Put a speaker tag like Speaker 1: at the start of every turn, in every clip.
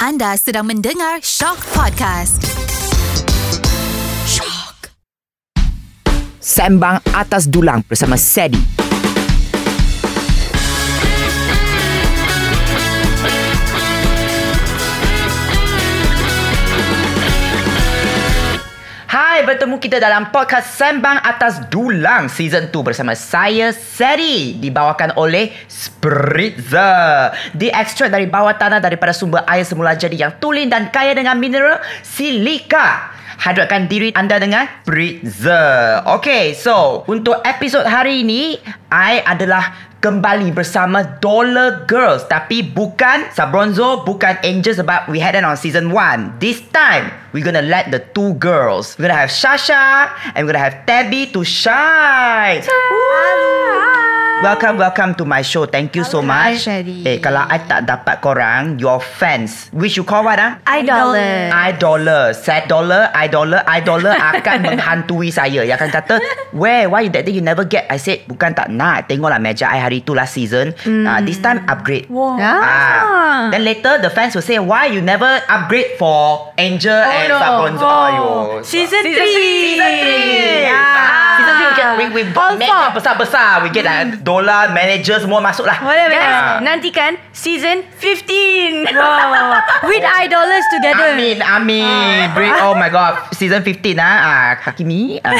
Speaker 1: Anda sedang mendengar Shock Podcast. Shock.
Speaker 2: Sembang Atas Dulang bersama Sedi. Hai, bertemu kita dalam podcast Sembang Atas Dulang Season 2 bersama saya, Seri Dibawakan oleh Spritzer Diekstrak dari bawah tanah daripada sumber air semula jadi yang tulen dan kaya dengan mineral silika Hadratkan diri anda dengan Spritzer Uh, Okay, so untuk episod hari ini I adalah kembali bersama Dollar Girls tapi bukan Sabronzo bukan Angel sebab we had them on season 1 this time we gonna let the two girls we're gonna have Shasha and we're gonna have Tabby to shine Welcome, welcome to my show. Thank you so
Speaker 3: Hi,
Speaker 2: much.
Speaker 3: Shadi.
Speaker 2: Eh, kalau I tak dapat korang, your fans, which you call what ah?
Speaker 3: Idoler.
Speaker 2: I dollar, sad dollar, I dollar, I dollar akan menghantui saya. Yang akan kata, where, why that day you never get? I said, bukan tak nak. Tengoklah meja I hari tu last season. Mm.
Speaker 3: Hmm.
Speaker 2: Uh, this time upgrade.
Speaker 3: Wow.
Speaker 2: Ah.
Speaker 3: Ah.
Speaker 2: Then later the fans will say, why you never upgrade for Angel oh, and
Speaker 3: no.
Speaker 2: Sabronzo?
Speaker 3: Oh.
Speaker 2: Ayo.
Speaker 3: Season
Speaker 2: Season
Speaker 3: three.
Speaker 2: Season 3.
Speaker 3: Yeah.
Speaker 4: Ah.
Speaker 2: Season 3 we get, we, we
Speaker 3: All
Speaker 2: make
Speaker 3: four.
Speaker 2: besar-besar. We get like dollar, manager semua masuk lah.
Speaker 3: Boleh boleh.
Speaker 2: Ah.
Speaker 3: Nantikan season 15. Wow. With idolers together.
Speaker 2: Amin, amin. Break, oh my god. Season 15 ah. ah Hakimi. Ah,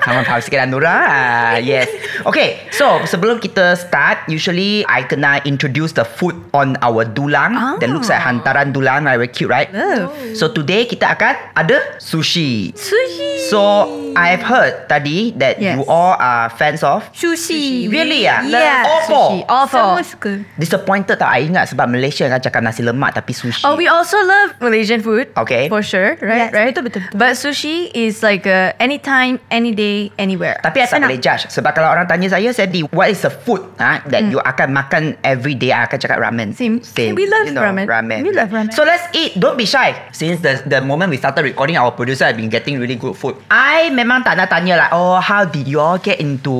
Speaker 2: Saman Fauzi dan Nura. Ah, yes. Okay, so sebelum kita start, usually I kena introduce the food on our dulang. That looks like hantaran dulang. Very cute, right?
Speaker 4: Oh.
Speaker 3: Love.
Speaker 2: So today kita akan ada sushi.
Speaker 3: Sushi.
Speaker 2: So I've heard tadi that
Speaker 3: Yes.
Speaker 2: you all are fans of
Speaker 3: Sushi.
Speaker 2: Really ah?
Speaker 3: Yeah.
Speaker 2: All four?
Speaker 3: Sushi. All four.
Speaker 4: Semua suka.
Speaker 2: disappointed tak I ingat sebab Malaysia kan cakap nasi lemak tapi sushi.
Speaker 4: Oh, we also love Malaysian food.
Speaker 2: Okay.
Speaker 4: For sure,
Speaker 3: Yes,
Speaker 4: right? right?
Speaker 3: betul, betul, betul.
Speaker 4: But sushi is like uh, anytime, any day, anywhere.
Speaker 2: Tapi saya tak
Speaker 4: Senang.
Speaker 2: boleh judge Sebab kalau orang tanya saya Sadie What is the food ha, That you akan makan Every day I akan cakap ramen
Speaker 4: Hmm. Same. We love ramen.
Speaker 2: ramen
Speaker 4: We love ramen.
Speaker 2: So let's eat Don't be shy Since the the moment we started recording Our producer have been getting Really good food I memang tak nak tanya like Oh how did you all get into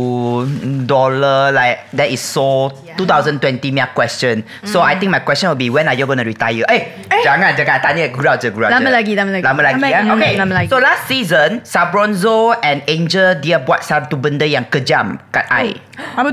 Speaker 2: Dollar Like that is so 2020 punya question So I think my question will be When are you going to retire Eh, Jangan jangan Tanya gurau je gurau
Speaker 4: Lama
Speaker 2: je.
Speaker 4: lagi, lama lagi.
Speaker 2: Lama lagi
Speaker 4: Lama
Speaker 2: ya
Speaker 4: lagi,
Speaker 2: Okay
Speaker 4: lama lagi.
Speaker 2: So last season Sabronzo and Angel Dia buat satu benda yang kejam Kat I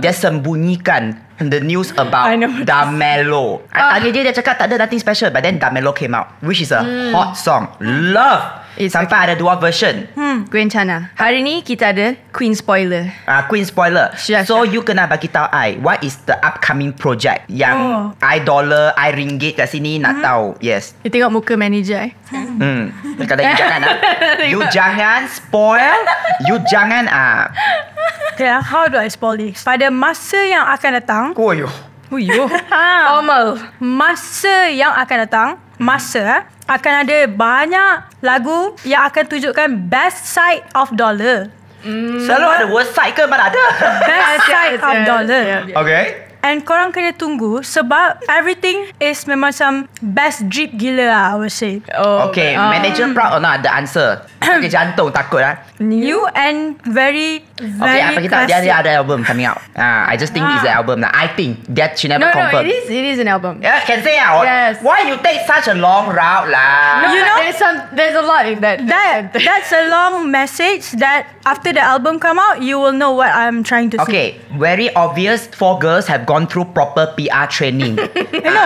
Speaker 2: Dia sembunyikan The news about
Speaker 4: Oh. I know.
Speaker 2: Damelo
Speaker 4: Ah.
Speaker 2: I tanya dia Dia cakap tak ada nothing special But then Damelo came out Which is a hot song Love
Speaker 4: Hmm. It's
Speaker 2: Sampai ada dua version
Speaker 4: Hmm. Gwen Chana. Hari ni kita ada Queen Spoiler.
Speaker 2: Ah, Queen spoiler
Speaker 4: Sure,
Speaker 2: So
Speaker 4: sure.
Speaker 2: you kena bagi tahu I What is the upcoming project
Speaker 4: Oh.
Speaker 2: Yang I dollar I ringgit kat sini
Speaker 4: Hmm.
Speaker 2: Nak tahu Yes
Speaker 4: You tengok muka manager eh.
Speaker 2: Hmm. Dia kata you jangan ah. You jangan spoil. You jangan ah.
Speaker 5: Okay, how do I spoil this? Pada masa yang akan datang,
Speaker 2: Koyo.
Speaker 5: Uyuh. ha,
Speaker 4: Formal.
Speaker 5: masa yang akan datang, masa eh, akan ada banyak lagu yang akan tunjukkan best side of dollar.
Speaker 2: Selalu ada word side ke mana ada?
Speaker 5: Best side of dollar.
Speaker 2: Okay.
Speaker 5: And korang kena tunggu sebab everything is memang macam best drip gila lah, I would say.
Speaker 4: Oh,
Speaker 2: Okay, manager proud or not the answer? Sakit jantung takut ah.
Speaker 5: New and very, very
Speaker 2: Okay, apa kita dia
Speaker 5: classic.
Speaker 2: dia ada album coming out. Ah, I just think it's the album lah. I think that she never
Speaker 4: No, no,
Speaker 2: confirm.
Speaker 4: it is it is an album.
Speaker 2: Yeah, can say ah.
Speaker 4: Yes.
Speaker 2: Why you take such a long route lah?
Speaker 4: No,
Speaker 5: You
Speaker 4: but
Speaker 5: know-
Speaker 4: there's some there's a lot in that.
Speaker 5: That that's a long message that after the album come out you will know what I'm trying to say.
Speaker 2: Okay, very obvious. Four girls have gone through proper PR training. Hello.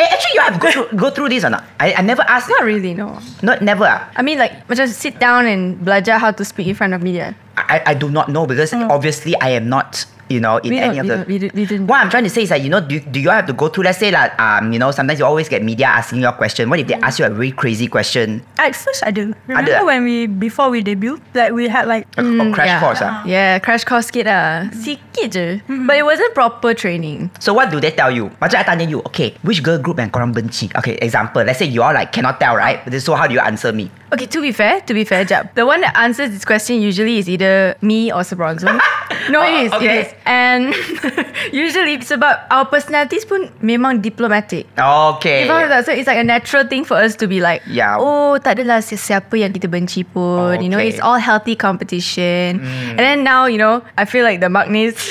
Speaker 2: eh, actually, you have go through, go through this or not? I, I never asked.
Speaker 4: Not really, no.
Speaker 2: No, never. ah?
Speaker 4: I mean like macam sit down and belajar how to speak in front of media.
Speaker 2: I, I do not know because obviously I am not you know in
Speaker 4: We
Speaker 2: any of the
Speaker 4: don't- we don't- we don't- we didn't-
Speaker 2: what I'm trying to say is that you know do, do you all have to go through let's say like um you know sometimes you always get media asking you a question what if
Speaker 4: Mm.
Speaker 2: they ask you a really crazy question
Speaker 5: At first I do. Remember
Speaker 2: Ada.
Speaker 5: when we before we debut, like we had like
Speaker 2: A- a crash
Speaker 4: Mm, yeah. Uh-huh.
Speaker 2: course ah.
Speaker 4: Yeah, crash course sikit lah. Mm-hmm. Sikit je. But it wasn't proper training.
Speaker 2: so what do they tell you macam I tanya you okay which girl group and korang benci okay example let's say you all like cannot tell right so how do you answer me
Speaker 4: Okay, to be fair, to be fair, Jab, the one that answers this question usually is either me or Sabronzo. No, it is.
Speaker 2: Oh, okay.
Speaker 4: Yes. And usually it's about our personalities pun memang diplomatic.
Speaker 2: Okay.
Speaker 4: You faham tak? So it's like a natural thing for us to be like,
Speaker 2: Yeah. Oh,
Speaker 4: oh tak adalah si- siapa yang kita benci pun. You know,
Speaker 2: Okay. Hmm.
Speaker 4: it's all healthy competition. And then now, you know, I feel like the Magnus.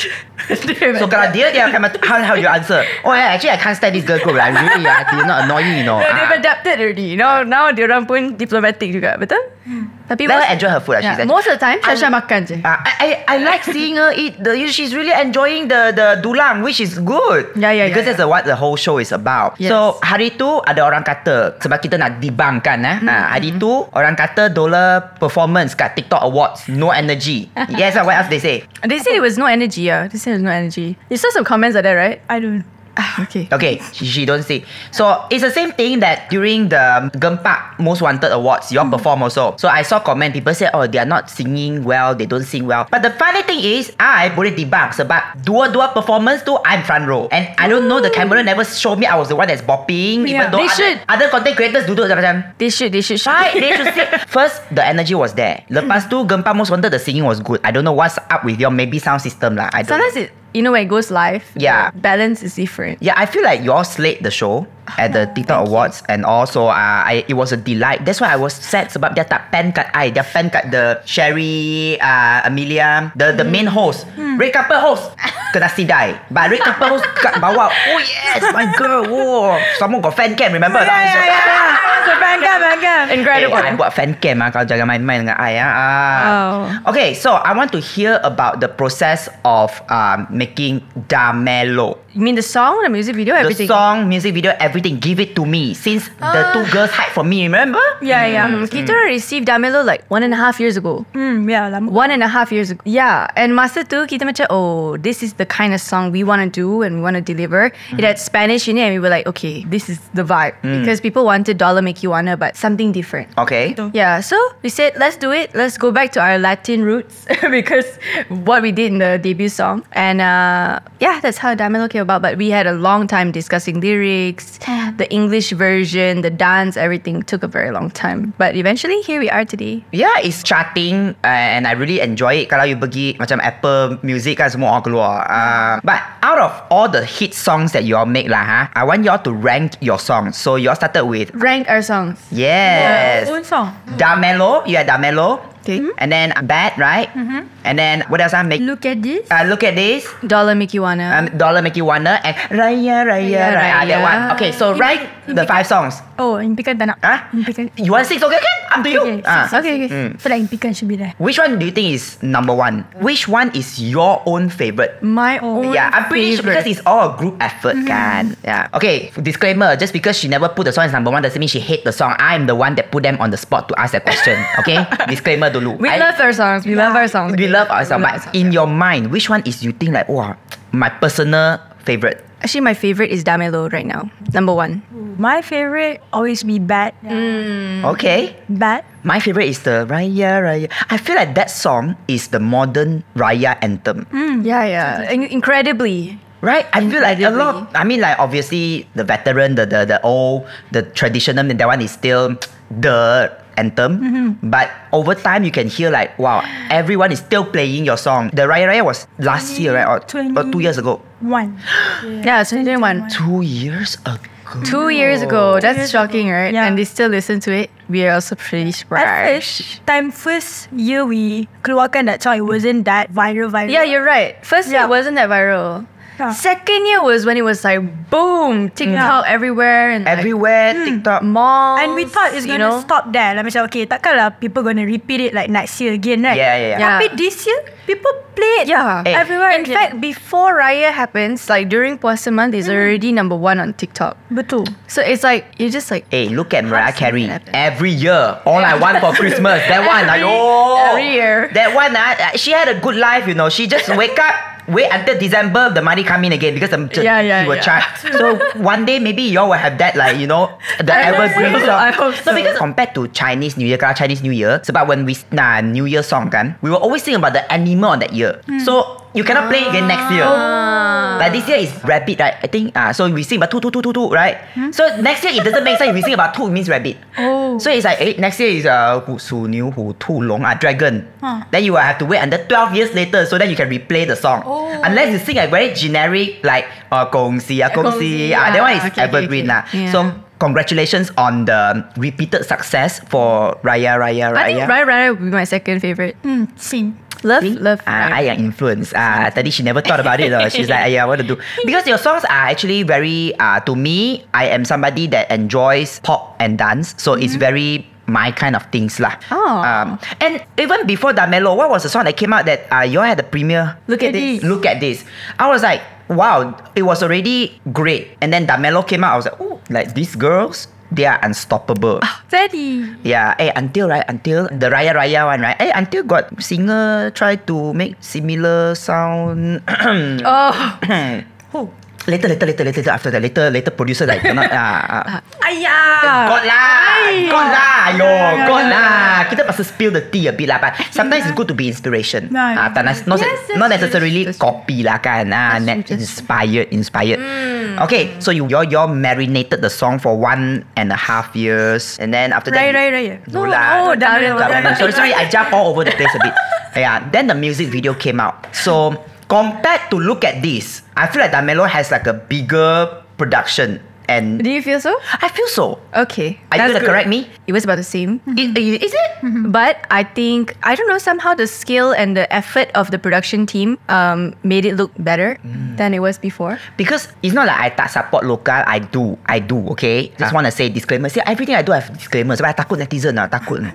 Speaker 2: So kalau dia dia akan macam how how you answer. Oh yeah, actually I can't stand this girl group. Like really, yeah, they're not annoying, you know.
Speaker 4: No, they've
Speaker 2: Ah.
Speaker 4: adapted already. Now, now dia orang pun diplomatic juga, betul?
Speaker 5: Hmm.
Speaker 4: Tapi
Speaker 2: Let
Speaker 4: most-
Speaker 2: her enjoy her food ah, lah, she's
Speaker 4: Yeah,
Speaker 2: actually-
Speaker 4: most of the time, Shasha makan je.
Speaker 2: Ah, I, I I like seeing her eat. The, she's really enjoying the the dulang, which is good.
Speaker 4: Yeah, yeah,
Speaker 2: Because
Speaker 4: yeah,
Speaker 2: that's the, what the whole show is about.
Speaker 4: Yes.
Speaker 2: So hari tu ada orang kata sebab kita nak dibangkan eh.
Speaker 4: Mm-hmm.
Speaker 2: Ah, hari tu orang kata Dola performance kat TikTok Awards no energy. yes, ah, what else they say?
Speaker 4: They say it was no energy. Yeah. They say it was no energy. You saw some comments like that, right?
Speaker 5: I don't know.
Speaker 4: Ah, okay.
Speaker 2: Okay, she, she don't say. So it's the same thing that during the Gempak Most Wanted Awards, you all perform also. So I saw comment people say, oh, they are not singing well, they don't sing well. But the funny thing is, I boleh debunk sebab dua-dua performance tu I'm front row and I don't know the camera never show me I was the one that's bopping. Even
Speaker 5: Yeah.
Speaker 2: though
Speaker 4: They
Speaker 2: other,
Speaker 4: should.
Speaker 2: other content creators duduk macam
Speaker 4: They should, they should.
Speaker 2: Right, they should sing. First, the energy was there. Lepas tu, Gempa Most Wanted, the singing was good. I don't know what's up with your maybe sound system lah. I don't know.
Speaker 4: Sometimes it, you know, when it goes live,
Speaker 2: Yeah.
Speaker 4: the balance is different.
Speaker 2: Yeah, I feel like you all slayed the show at the TikTok Awards and also uh, I, it was a delight. That's why I was sad sebab dia tak pan kat I. Dia pan kat the Sherry, uh, Amelia, the the main host. Red carpet host. Kena sidai. But red carpet host kat bawah. Oh yes, my girl. Whoa. Someone got fan cam, remember? tak?
Speaker 5: Ya, ya, ya. So, bangga, bangga.
Speaker 2: Eh,
Speaker 4: Incredible.
Speaker 2: I buat fan cam ah, kalau jangan main-main dengan I ah. ah.
Speaker 4: Oh.
Speaker 2: Okay, so I want to hear about the process of um, making Damelo.
Speaker 4: you mean the song, the music video, everything?
Speaker 2: The song, music video, everything. Give it to me. Since the two girls hide from me, remember?
Speaker 5: Ya, ya.
Speaker 4: Um, Kita received Damelo like one and a half years ago.
Speaker 5: Hmm, ya, lama.
Speaker 4: One and a half years ago. Yeah. And masa tu kita macam, oh, this is the kind of song we want to do and we want to deliver. It had Spanish in it and we were like, okay, this is the vibe. Because people wanted Dollar Make You Wanna, but something different.
Speaker 2: Okay.
Speaker 5: Betul.
Speaker 4: Yeah, so we said let's do it. Let's go back to our Latin roots because what we did in the debut song, and uh, yeah, that's how Damelo came about. But we had a long time discussing lyrics, the English version, the dance, everything took a very long time. But eventually, here we are today.
Speaker 2: Yeah, it's charting uh, and I really enjoy it. Kalau you pergi macam Apple Music kan semua orang keluar. Uh, but out of all the hit songs that you all make lah, ha, I want you all to rank your songs. So you all started with
Speaker 4: Rank our songs.
Speaker 2: yes,
Speaker 5: Own song.
Speaker 2: Damelo. You had Damelo.
Speaker 4: Okay.
Speaker 2: And then Bad, right? Mm-hmm. And then what else? I make.
Speaker 5: Look at this.
Speaker 2: Uh, look at this.
Speaker 4: Dollar Make You Wanna.
Speaker 2: Um, Dollar Make You Wonder and Raya Raya
Speaker 4: Raya,
Speaker 2: Raya. Ah, That
Speaker 4: Raya.
Speaker 2: one. Okay, so rank the five songs.
Speaker 5: Oh, impikan tak nak.
Speaker 2: Huh?
Speaker 5: Impikan.
Speaker 2: Ah? You want six? Okay, okay. Up to you.
Speaker 5: Okay,
Speaker 2: Ah.
Speaker 5: six, six, okay, okay. Mm. Feel like impikan should be there.
Speaker 2: Which one do you think is number one? Which one is your own favorite?
Speaker 4: My own.
Speaker 2: Yeah, I'm pretty sure because
Speaker 4: favorite.
Speaker 2: it's all a group effort, can. Yeah. Okay, disclaimer, just because she never put the song as number one doesn't mean she hate the song. I'm the one that put them on the spot to ask that question. Okay? disclaimer dulu.
Speaker 4: we
Speaker 2: I-
Speaker 4: love our songs. We love our songs.
Speaker 2: we love our song, but in your mind, which one is you think like, wow, my personal favorite?
Speaker 4: Actually, my favorite is Damelo right now. Number one.
Speaker 5: My favorite always be bad.
Speaker 4: Hmm.
Speaker 2: Okay.
Speaker 5: Bad.
Speaker 2: My favorite is the Raya Raya. I feel like that song is the modern Raya anthem.
Speaker 5: Hmm.
Speaker 4: Yeah, yeah. In- incredibly.
Speaker 2: Right? I feel like a lot I mean like obviously the veteran, the the, the old, the traditional that one is still the anthem. But over time you can hear like wow, everyone is still playing your song. The Raya Raya was last year, right? Or, or two years ago.
Speaker 5: One.
Speaker 4: Yeah, 2021.
Speaker 2: Two years ago.
Speaker 4: Two years ago. That's shocking, right?
Speaker 5: Yeah.
Speaker 4: And they still listen to it. We are also pretty
Speaker 5: At
Speaker 4: surprised.
Speaker 5: first, time first year we keluarkan that song, it wasn't that viral, viral.
Speaker 4: Yeah, you're right. First year
Speaker 5: Yeah.
Speaker 4: it wasn't that viral.
Speaker 5: Yeah.
Speaker 4: Second year was when it was like boom, TikTok everywhere and like,
Speaker 2: Everywhere, TikTok.
Speaker 4: malls.
Speaker 5: And we thought it's
Speaker 4: you
Speaker 5: gonna
Speaker 4: know?
Speaker 5: stop there. Like, macam, okay, takkanlah people gonna repeat it like next year again, right?
Speaker 2: Yeah, yeah, yeah.
Speaker 4: Yeah.
Speaker 5: Tapi this year, people play it
Speaker 4: Yeah.
Speaker 2: Eh.
Speaker 5: everywhere.
Speaker 4: In fact, before Raya happens, like during Puasa month, it's
Speaker 5: Mm-hmm.
Speaker 4: already number one on TikTok.
Speaker 5: betul.
Speaker 4: So it's like you're just like
Speaker 2: Hey, look at Mariah Carey.
Speaker 4: that happen?
Speaker 2: Every year, all I want for Christmas. That one, like, oh,
Speaker 4: every year.
Speaker 2: That one, ah, she had a good life, you know. She just wake up, wait until December, the money come in again because the,
Speaker 4: Yeah, yeah,
Speaker 2: she will
Speaker 4: yeah.
Speaker 2: charge. So one day, maybe y'all will have that, like, you know, the
Speaker 4: I hope
Speaker 2: evergreen
Speaker 4: so.
Speaker 2: song.
Speaker 4: I hope so.
Speaker 2: No, because compared to Chinese New Year, kalau
Speaker 4: Hmm.
Speaker 2: Chinese New Year, sebab when we, nah, New Year song kan, we will always think about the animal on that year. So you cannot play again next year.
Speaker 4: Ah.
Speaker 2: But this year is rabbit, right? I think. Ah, so we sing about two, two, two, two, two, right? So next year it doesn't make sense. If we sing about two, it means rabbit. Oh. So it's like eh, next year is uh, 虎鼠牛虎兔龙 ah dragon. Then you will have to wait until twelve years later so that you can replay the song.
Speaker 4: Oh.
Speaker 2: Unless you sing a very generic like uh, 恭喜啊恭喜 ah, that one is
Speaker 4: okay, okay,
Speaker 2: evergreen lah.
Speaker 4: okay. Yeah.
Speaker 2: So congratulations on the repeated success for Raya Raya Raya.
Speaker 4: I think Raya Raya would be my second favorite.
Speaker 5: Hmm, sing.
Speaker 4: Love,
Speaker 2: See?
Speaker 4: love.
Speaker 2: Ah,
Speaker 4: Raya.
Speaker 2: I am influenced. Ah, tadi she never thought about it. though. She's like, yeah, what to do? Because your songs are actually very. Ah, to me, I am somebody that enjoys pop and dance, so it's very my kind of things lah.
Speaker 4: Mm-hmm. Oh.
Speaker 2: Um, and even before Damelo, what was the song that came out that uh, you all had the premiere?
Speaker 4: Look at this.
Speaker 2: Look at this. I was like, wow, it was already great. And then Damelo came out. I was like, oh, like these girls, they are unstoppable.
Speaker 5: Very.
Speaker 2: Yeah, eh, until right, until the Raya Raya one, right? Eh, until got singer try to make similar sound.
Speaker 4: Oh,
Speaker 2: Who? Later, later, later, later, later, after that, later, later, producer like cannot. ah, ah.
Speaker 5: Ayah.
Speaker 2: God lah, God lah, yo, God lah. Kita pasal spill the tea a bit lah, but sometimes it's good to be inspiration. Ah,
Speaker 5: Nah,
Speaker 2: tak nas- not, not necessarily copy lah kan. Ah, net- inspired, inspired. Okay, so you you you marinated the song for one and a half years, and then after that,
Speaker 5: Raya,
Speaker 2: you-
Speaker 5: Raya, Raya.
Speaker 2: No,
Speaker 5: No,
Speaker 2: lah.
Speaker 5: oh, dah Raya,
Speaker 2: Tak,
Speaker 5: Raya, Raya.
Speaker 2: Sorry, sorry, I jump all over the place a bit. Yeah, then the music video came out. So compared to look at this, I feel like Damelo has like a bigger production, and
Speaker 4: do you feel so?
Speaker 2: I feel so.
Speaker 4: Okay,
Speaker 2: Are you
Speaker 4: that's
Speaker 2: gonna
Speaker 4: good.
Speaker 2: correct me?
Speaker 4: It was about the same.
Speaker 2: Is, is it?
Speaker 4: But I think I don't know somehow the skill and the effort of the production team um, made it look better than it was before.
Speaker 2: Because it's not like I tak support local. I do. I do, okay? Just want to say disclaimer. See, everything I do have disclaimers. But I takut netizen lah. Takut.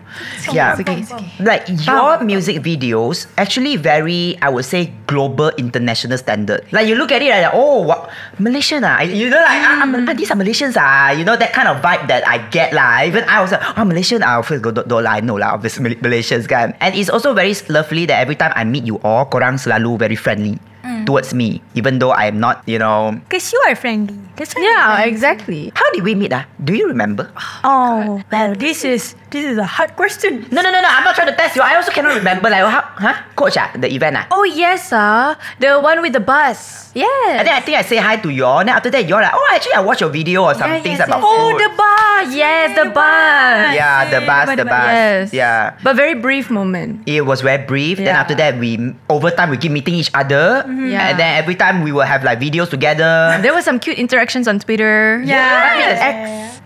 Speaker 2: yeah.
Speaker 4: It's okay, it's okay.
Speaker 2: Like your music videos actually very, I would say, global international standard. Like you look at it like, oh, what, Malaysian ah, you know, like ah, ah, these are Malaysians ah, you know that kind of vibe that I get lah. Even I was like, oh, Malaysian, I feel go do lah, I know lah, obviously Mal- Malaysians kan. And it's also very lovely that every time I meet you all, korang selalu very friendly. Towards me, even though I am not, you know.
Speaker 5: Because you are friendly. That's why
Speaker 4: Yeah,
Speaker 5: you're friendly.
Speaker 4: exactly.
Speaker 2: How did we meet? Ah, do you remember?
Speaker 5: Oh, well, this is this is a hard question.
Speaker 2: No, no, no, no. I'm not trying to test you. I also cannot remember. Like, how, huh? Coach, ah, the event, ah.
Speaker 4: Oh yes, ah, the one with the bus.
Speaker 2: I
Speaker 4: Yes.
Speaker 2: think I think I say hi to y'all. Then after that, y'all like, oh, actually, I watch your video or something
Speaker 4: yes,
Speaker 2: about
Speaker 4: yes.
Speaker 5: Oh,
Speaker 2: food.
Speaker 5: the bus.
Speaker 4: Yes, the bus.
Speaker 2: yeah, the bus, the bus.
Speaker 4: Yes.
Speaker 2: Yeah.
Speaker 4: But very brief moment.
Speaker 2: It was very brief. Then
Speaker 4: Yeah. Mm-hmm.
Speaker 2: after that, we over time we keep meeting each other,
Speaker 4: Yeah.
Speaker 2: and then every time we will have like videos together.
Speaker 4: There were some cute interactions on Twitter.
Speaker 2: Yes. X,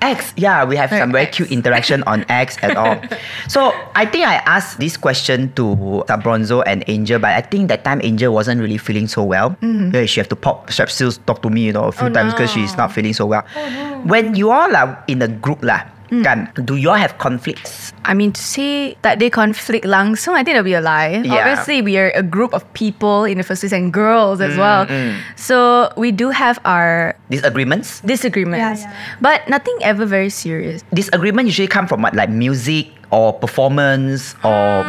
Speaker 2: X. Yeah, we have some very cute interaction on X at all. So I think I asked this question to Sabronzo and Angel, but I think that time Angel wasn't really feeling so well. Yeah, she have to pop strepsils talk to me, you know, a few times because she's not feeling so well. When you all are in a group lah, kan, do you all have conflicts?
Speaker 4: I mean, to say that they conflict langsung, I think that'll be a lie.
Speaker 2: Yeah.
Speaker 4: Obviously, we are a group of people in the first place and girls as well. So we do have our
Speaker 2: Disagreements?
Speaker 4: disagreements,
Speaker 5: Yeah,
Speaker 4: but nothing ever very serious.
Speaker 2: Disagreement usually come from what, like music or performance or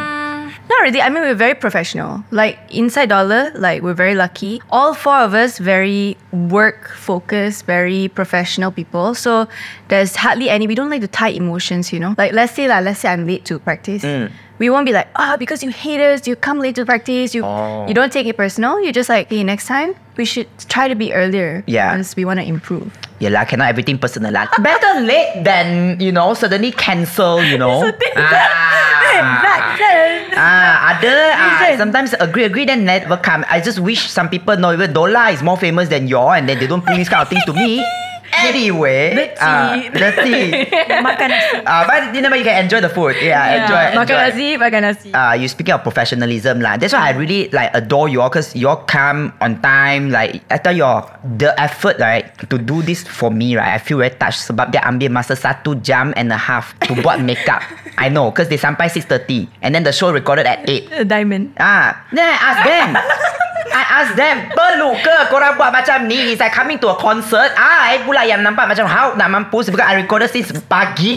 Speaker 4: Not really. I mean, we're very professional. Like inside dollar, like we're very lucky. All four of us very work focused, very professional people. So there's hardly any. We don't like to tie emotions. You know, like let's say like let's say I'm late to practice.
Speaker 2: Mm.
Speaker 4: We won't be like ah because you hate us. You come late to practice. You
Speaker 2: Oh.
Speaker 4: you don't take it personal. You're just like hey next time we should try to be earlier.
Speaker 2: Yeah.
Speaker 4: because we want to improve.
Speaker 2: Yeah lah, cannot everything personal lah. Better late than, you know, suddenly cancel, you know. ah, ah, ada, ah, sometimes agree, agree, then never come. I just wish some people know even Dola is more famous than y'all and then they don't bring these kind of things to me. Anyway, ah, dirty.
Speaker 5: Makan nasi.
Speaker 2: Ah, but you know, you can enjoy the food. Yeah, enjoy,
Speaker 4: Makan
Speaker 2: enjoy
Speaker 4: nasi, makan nasi.
Speaker 2: uh, you speaking of professionalism lah. That's why I really like adore you all because you all come on time. Like I tell you all, the effort right to do this for me right, I feel very touched sebab dia ambil masa satu jam and a half to buat makeup. I know because they sampai 6.30 and then the show recorded at 8.
Speaker 4: A diamond.
Speaker 2: Ah, then I ask them. I ask them, perlu ke korang buat macam ni? It's like coming to a concert. Ah, I pula yang nampak macam how nak mampus because I recorded since pagi.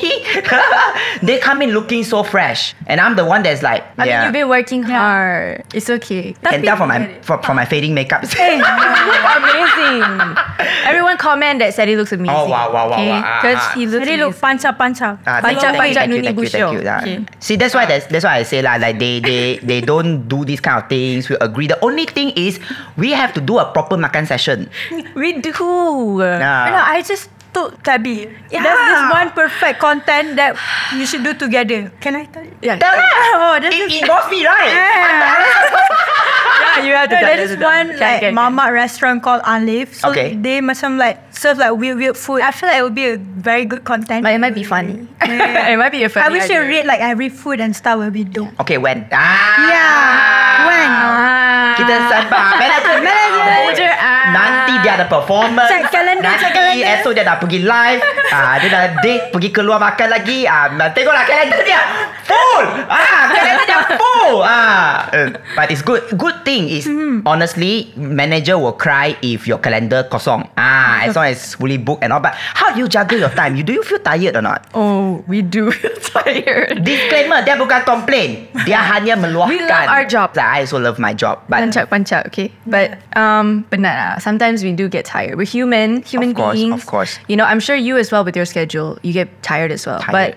Speaker 2: They come in looking so fresh. And I'm the one that's like,
Speaker 4: I mean,
Speaker 2: yeah.
Speaker 4: you've been working hard. It's okay.
Speaker 2: can tell from
Speaker 5: eh,
Speaker 2: my from, from my fading makeup.
Speaker 4: look amazing. Everyone comment that said he looks amazing.
Speaker 2: Oh, wow, wow, wow, wow. Ah,
Speaker 4: Because
Speaker 2: ah.
Speaker 4: he looks
Speaker 5: Jadi look
Speaker 4: amazing.
Speaker 5: panca-panca.
Speaker 2: Ah, thank you, thank
Speaker 4: Panjang,
Speaker 2: you, thank
Speaker 4: panjang,
Speaker 2: you,
Speaker 4: nuni
Speaker 2: thank you,
Speaker 4: busyo.
Speaker 2: thank you, Ah, yeah.
Speaker 4: Okay.
Speaker 2: See, that's why that's, that's why I say lah. Like they they they don't do these kind of things. We agree. The only thing is we have to do a proper makan session.
Speaker 4: We do.
Speaker 2: Nah.
Speaker 5: No, I just took Tabi. That's this one perfect content that you should do together. Can I tell you?
Speaker 4: Yeah.
Speaker 2: Tell me.
Speaker 5: Oh, that's
Speaker 2: It involves me, right?
Speaker 4: yeah, you have to.
Speaker 5: No,
Speaker 4: tell,
Speaker 5: there
Speaker 4: you
Speaker 5: is
Speaker 4: have to tell.
Speaker 5: one
Speaker 4: Can,
Speaker 5: like
Speaker 4: can, can.
Speaker 5: mamak restaurant called Anlif. So
Speaker 2: Okay.
Speaker 5: they macam like serve like weird weird food. I feel like it would be a very good content.
Speaker 4: But it might be funny. it might be a funny.
Speaker 5: I wish you
Speaker 4: idea.
Speaker 5: rate like every food and stuff will be dope.
Speaker 2: Okay, when? Ah.
Speaker 5: Yeah, when?
Speaker 4: Ah.
Speaker 2: Kita sembang manager.
Speaker 4: Manager, ah.
Speaker 2: Nanti dia ada performance.
Speaker 5: Check
Speaker 4: lah,
Speaker 5: calendar,
Speaker 2: Nanti
Speaker 5: check calendar.
Speaker 2: esok dia dah pergi live. ah, dia dah date pergi keluar makan lagi. Ah, tengoklah kalender dia. Full. Ah, kalender dia full. Ah, Eh, but it's good. Good thing is
Speaker 4: Mm-hmm.
Speaker 2: honestly, manager will cry if your calendar kosong. Ah, as long as fully booked and all. But how do you juggle your time? You do you feel tired or not?
Speaker 4: Oh, we do. Tired.
Speaker 2: Disclaimer, dia bukan complain. Dia hanya meluahkan.
Speaker 4: our job.
Speaker 2: I also love my job. But
Speaker 4: Pancak, pancak, okay. But um, penat lah. Sometimes we do get tired. We're human,
Speaker 2: Of
Speaker 4: human
Speaker 2: course,
Speaker 4: beings.
Speaker 2: of course.
Speaker 4: You know, I'm sure you as well with your schedule, you get tired as well.
Speaker 2: Tired.
Speaker 4: But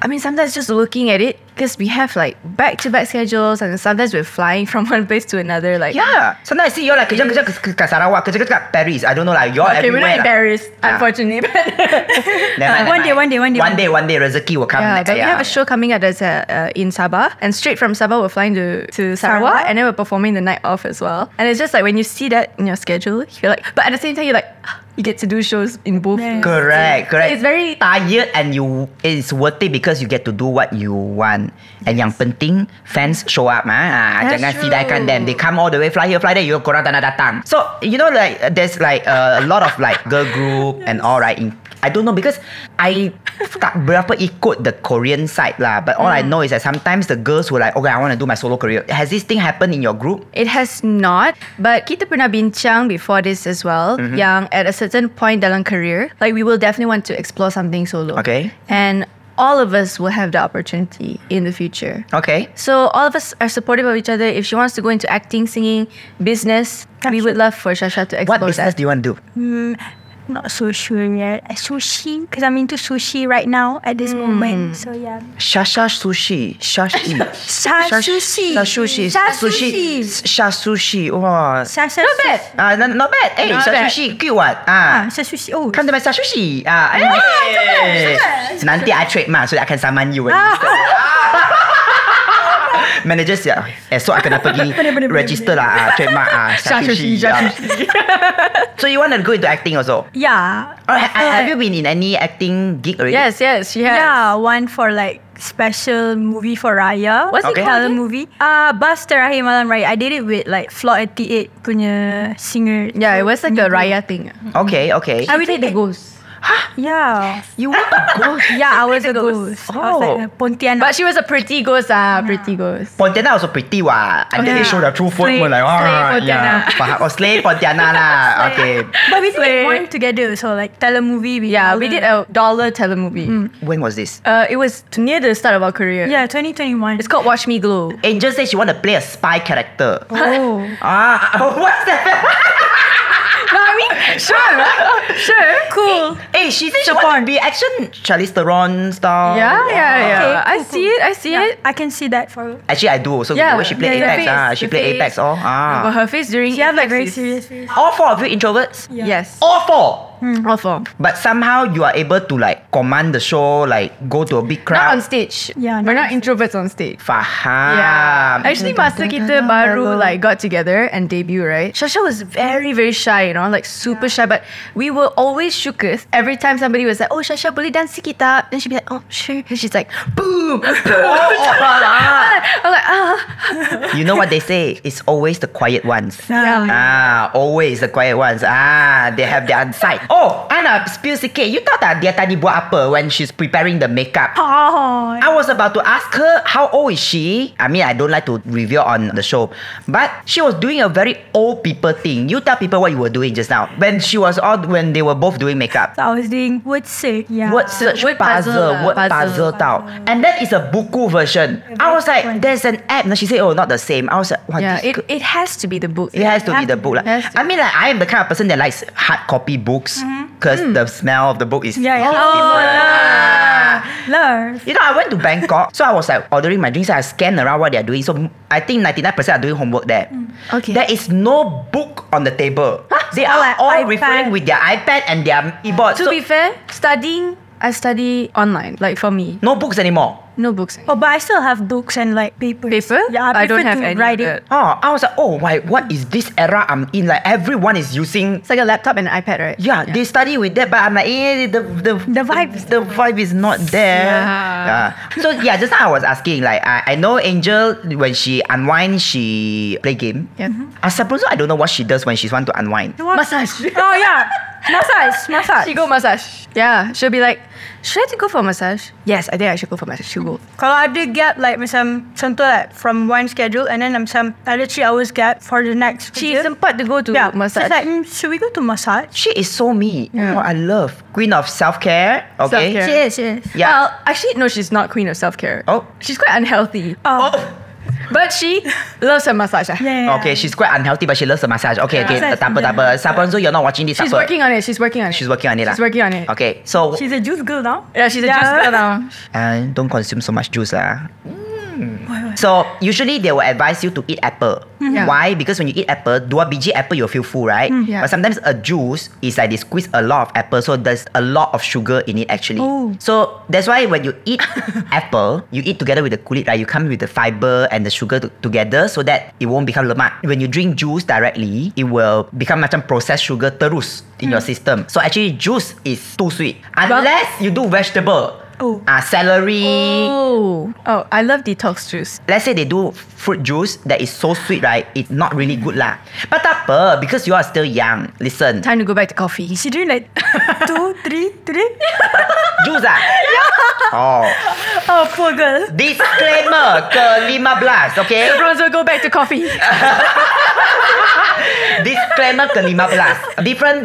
Speaker 4: I mean, sometimes just looking at it, because we have like back-to-back schedules, and sometimes we're flying from one place to another. Like
Speaker 2: Yeah. Sometimes I see you all like kerja kerja ke- kat Sarawak, kerja kerja kat Paris. I don't know lah. You all
Speaker 4: Okay, we're
Speaker 2: everywhere.
Speaker 4: not in Paris,
Speaker 2: Yeah.
Speaker 4: unfortunately. But
Speaker 2: Never mind,
Speaker 5: One
Speaker 2: never mind.
Speaker 5: day, one day, one day,
Speaker 2: One day, one day, rezeki will come.
Speaker 4: Yeah,
Speaker 2: next,
Speaker 4: but we have a show coming out that's uh, uh, in Sabah, and straight from Sabah we're flying to to Sarawak,
Speaker 5: Sarawak.
Speaker 4: and then we're performing the night off as well. And it's just like when you see that in your schedule, you're like, but at the same time you're like, "Ah," you get to do shows in both.
Speaker 5: Yeah.
Speaker 2: Correct, correct.
Speaker 4: it's very-
Speaker 2: tired and you it's worth it because you get to do what you want. And yang penting fans show up, ah. Ah,
Speaker 4: That's
Speaker 2: jangan
Speaker 4: true.
Speaker 2: sidaikan them. They come all the way fly here, fly there. You korang tak nak datang. So you know like uh, there's like uh, a lot of like girl group and all right. In, I don't know because I tak berapa ikut the Korean side lah. But all I
Speaker 4: Mm.
Speaker 2: know is that sometimes the girls were like, okay, I want to do my solo career. Has this thing happened in your group?
Speaker 4: It has not, but kita pernah bincang before this as well, yang at a certain point dalam career, like we will definitely want to explore something solo.
Speaker 2: Okay.
Speaker 4: And all of us will have the opportunity in the future.
Speaker 2: Okay.
Speaker 4: So all of us are supportive of each other. If she wants to go into acting, singing, business, we would love for Shasha to
Speaker 2: What
Speaker 4: explore
Speaker 2: business
Speaker 4: that.
Speaker 2: do you want to do?
Speaker 5: Not so sure yet. Uh, Sushi, because I'm into sushi right now at this
Speaker 4: Hmm.
Speaker 5: moment. So yeah.
Speaker 2: Shasha sushi. Shashi.
Speaker 5: Sha sushi.
Speaker 2: Sha sushi.
Speaker 5: Sha
Speaker 2: Sushi.
Speaker 5: sushi.
Speaker 2: Sha sushi. Wow.
Speaker 5: Sha sha Not bad.
Speaker 2: Ah, not, not bad. Eh,
Speaker 4: Not
Speaker 2: sha
Speaker 4: bad.
Speaker 2: sushi. Cute what? Ah.
Speaker 5: Sha sushi. Oh.
Speaker 2: Come to my sha sushi. Ah. eh. Nanti I trademark so that I can saman you. when you start. Manager siap Esok Eh, I kena pergi Register lah ah, Trademark ah, Sha sushi ah. So you want to go into acting also
Speaker 5: Yeah.
Speaker 4: Oh,
Speaker 2: Or ha- Have you been in any acting gig already?
Speaker 4: Yes, yes, she has.
Speaker 5: Yeah, one for like special movie for Raya.
Speaker 4: What's
Speaker 2: it Okay. called
Speaker 5: Colour movie. Ah, uh, Bus Terakhir Malam Raya. I did it with like Floor 88 punya singer.
Speaker 4: Yeah, it was like a Raya thing.
Speaker 2: Okay okay
Speaker 5: I did
Speaker 4: the
Speaker 5: the
Speaker 4: ghost.
Speaker 5: Yeah.
Speaker 2: You want to go
Speaker 5: Yeah, I was a ghost. I was
Speaker 2: Oh.
Speaker 5: like a Pontianak.
Speaker 4: But she was a pretty ghost, ah, pretty ghost.
Speaker 2: Pontianak also pretty what Until they
Speaker 5: Yeah.
Speaker 2: show their true form
Speaker 4: Slay-
Speaker 2: pun like
Speaker 4: slay
Speaker 2: ah,
Speaker 4: Pontianak.
Speaker 2: yeah. Faham Oh slay Pontianak lah Okay
Speaker 5: But we
Speaker 4: Slay.
Speaker 5: did one together, so like telemovie. We
Speaker 4: Yeah, we did a dollar telemovie.
Speaker 2: When was this?
Speaker 4: Uh, it was t- near the start of our career.
Speaker 5: Mm. Yeah,
Speaker 4: It's
Speaker 5: 2021.
Speaker 4: called Watch Me Glow.
Speaker 2: Angel said she want to play a spy character
Speaker 5: Oh.
Speaker 2: Ah What's that?
Speaker 4: no, I mean, sure, sure.
Speaker 5: cool.
Speaker 2: Eh she said she want to be action Charlize Theron style
Speaker 4: Yeah, yeah, yeah.
Speaker 5: Okay,
Speaker 4: I
Speaker 5: cool,
Speaker 4: see it, I see it.
Speaker 5: Yeah, I can see that for her.
Speaker 2: Actually I do also
Speaker 4: Yeah,
Speaker 2: yeah, She play
Speaker 4: yeah, yeah.
Speaker 2: Apex
Speaker 4: Face,
Speaker 2: ah. She
Speaker 4: the
Speaker 2: play
Speaker 4: face.
Speaker 2: Apex oh ah.
Speaker 4: But her face during
Speaker 5: She have like
Speaker 4: Apex
Speaker 5: very
Speaker 4: is-
Speaker 5: serious face.
Speaker 2: All four of you introverts?
Speaker 4: Yes.
Speaker 2: All four?
Speaker 5: Mm.
Speaker 4: All four.
Speaker 2: But somehow you are able to like command the show, like go to a big
Speaker 4: Not
Speaker 2: crowd.
Speaker 4: on stage.
Speaker 5: Yeah,
Speaker 4: We're
Speaker 5: not
Speaker 4: not introverts on stage.
Speaker 2: Faham.
Speaker 4: Yeah. Actually, masa kita baru like got together and debut, right? Shasha was very, very shy, you know, like super shy. But we were always shooketh. Every time somebody was like, "Oh, Shasha, boleh dance kita?" Then she'd be like, "Oh, sure." And she's like, "Boom!"
Speaker 2: Oh, oh, alah.
Speaker 4: I'm like, ah.
Speaker 2: You know what they say? It's always the quiet ones.
Speaker 5: Yeah.
Speaker 2: Ah, always the quiet ones. Ah, they have their own side. Oh, Anna, spill sikit. You tahu tak dia tadi buat apa when she's preparing the makeup?
Speaker 5: Oh.
Speaker 2: I was about to ask her how old is she. I mean, I don't like to reveal on the show, but she was doing a very old people thing. You tell people what you were doing just now when she was all when they were both doing makeup.
Speaker 5: So I was doing word sick. Yeah.
Speaker 2: Word search
Speaker 4: Word
Speaker 2: puzzle,
Speaker 4: puzzle lah,
Speaker 2: word puzzle,
Speaker 4: puzzle.
Speaker 2: tau. And that is a buku version. I was like, there's an app. No, she said, oh, not the same. I was like, what?
Speaker 4: yeah.
Speaker 2: this
Speaker 4: It it has to be the book.
Speaker 2: It has to be
Speaker 5: Have
Speaker 2: the
Speaker 5: to
Speaker 2: book. lah.
Speaker 4: Has to.
Speaker 2: I
Speaker 4: Mm-hmm.
Speaker 2: mean, like, I am the kind of person that likes
Speaker 4: Mm.
Speaker 2: hard copy books because the smell of the book is.
Speaker 5: Yeah, yeah. Oh, lah. Lah. course.
Speaker 2: You know, I went to Bangkok, so I was like ordering my drinks. I scanned around what they're doing. So I think 99% are doing homework there.
Speaker 4: Mm. Okay.
Speaker 2: There is no book on the table. they
Speaker 5: so
Speaker 2: are
Speaker 5: like
Speaker 2: all
Speaker 5: iPad.
Speaker 2: referring with their iPad and their keyboard.
Speaker 4: To
Speaker 2: so
Speaker 4: be fair, studying, I study online. Like for me,
Speaker 2: no books anymore.
Speaker 4: no books.
Speaker 5: Oh, but I still have books and like papers.
Speaker 4: Paper?
Speaker 5: Yeah,
Speaker 4: I
Speaker 5: I,
Speaker 4: don't
Speaker 5: prefer
Speaker 4: have
Speaker 5: to
Speaker 4: any uh, of
Speaker 5: write
Speaker 4: that.
Speaker 5: it.
Speaker 2: Oh, I was like, oh my, what is this era I'm in? Like everyone is using.
Speaker 4: It's like a laptop and an iPad, right?
Speaker 2: Yeah, they study with that, but I'm like, eh, the the
Speaker 5: The vibe is
Speaker 2: the vibe is not there.
Speaker 4: Yeah.
Speaker 2: Yeah. So yeah, just now I was asking, like, I, I know Angel when she unwind, she play game. Mm-hmm.
Speaker 4: Yeah.
Speaker 2: I suppose I don't know what she does when she's want to unwind.
Speaker 4: Massage.
Speaker 5: Oh yeah, massage, massage.
Speaker 4: she go massage. Yeah, she'll be like, should I to go for massage? Yes, I think I should go for massage. She'll go.
Speaker 5: Kalau ada gap like macam contoh like from one schedule and then macam ada three hours gap for the next.
Speaker 4: She
Speaker 5: schedule.
Speaker 4: sempat to go to
Speaker 5: yeah,
Speaker 4: massage.
Speaker 5: She's like, mm, should we go to massage?
Speaker 2: She is so me.
Speaker 4: Yeah.
Speaker 2: Oh, I love queen of self care. Okay.
Speaker 4: Self-care.
Speaker 5: She is, she is.
Speaker 2: Yeah.
Speaker 4: Well, actually, no, she's not queen of self care.
Speaker 2: Oh.
Speaker 4: She's quite unhealthy.
Speaker 5: Oh.
Speaker 4: But she loves her massage. ah.
Speaker 5: Yeah, yeah.
Speaker 2: Okay, she's quite unhealthy, but she loves the massage. Okay, okay,
Speaker 5: Massage,
Speaker 2: tak apa, tak apa. Saponzo, you're not watching this.
Speaker 4: She's
Speaker 2: tak apa.
Speaker 4: working on it. She's working on it.
Speaker 2: She's working on it.
Speaker 4: She's
Speaker 2: lah.
Speaker 4: working on it.
Speaker 2: Okay, so
Speaker 5: She's a juice girl now.
Speaker 4: Yeah, she's a
Speaker 5: Yeah.
Speaker 4: just girl now.
Speaker 2: uh, don't consume so much juice lah. Mm. So usually they will advise you to eat apple.
Speaker 4: Yeah.
Speaker 2: Why? Because when you eat apple, dua biji apple you feel full, right?
Speaker 4: Yeah.
Speaker 2: But sometimes a juice is like they squeeze a lot of apple, so there's a lot of sugar in it actually.
Speaker 5: Oh.
Speaker 2: So that's why when you eat apple, you eat together with the kulit, right? You come with the fiber and the sugar to- together, so that it won't become lemak. When you drink juice directly, it will become macam processed sugar terus in your system. So actually, juice is too sweet unless you do vegetable.
Speaker 5: Oh.
Speaker 2: Ah, celery.
Speaker 4: Oh, oh, I love detox juice.
Speaker 2: Let's say they do fruit juice that is so sweet, right? It's not really good lah. But tak apa, because you are still young. Listen,
Speaker 4: Time to go back to coffee.
Speaker 5: She doing like two, three, three.
Speaker 2: juice ah. Oh,
Speaker 5: Oh, poor girl.
Speaker 2: disclaimer ke 15, okay?
Speaker 4: Everyone's gonna go back to coffee.
Speaker 2: Disclaimer ke 15. Different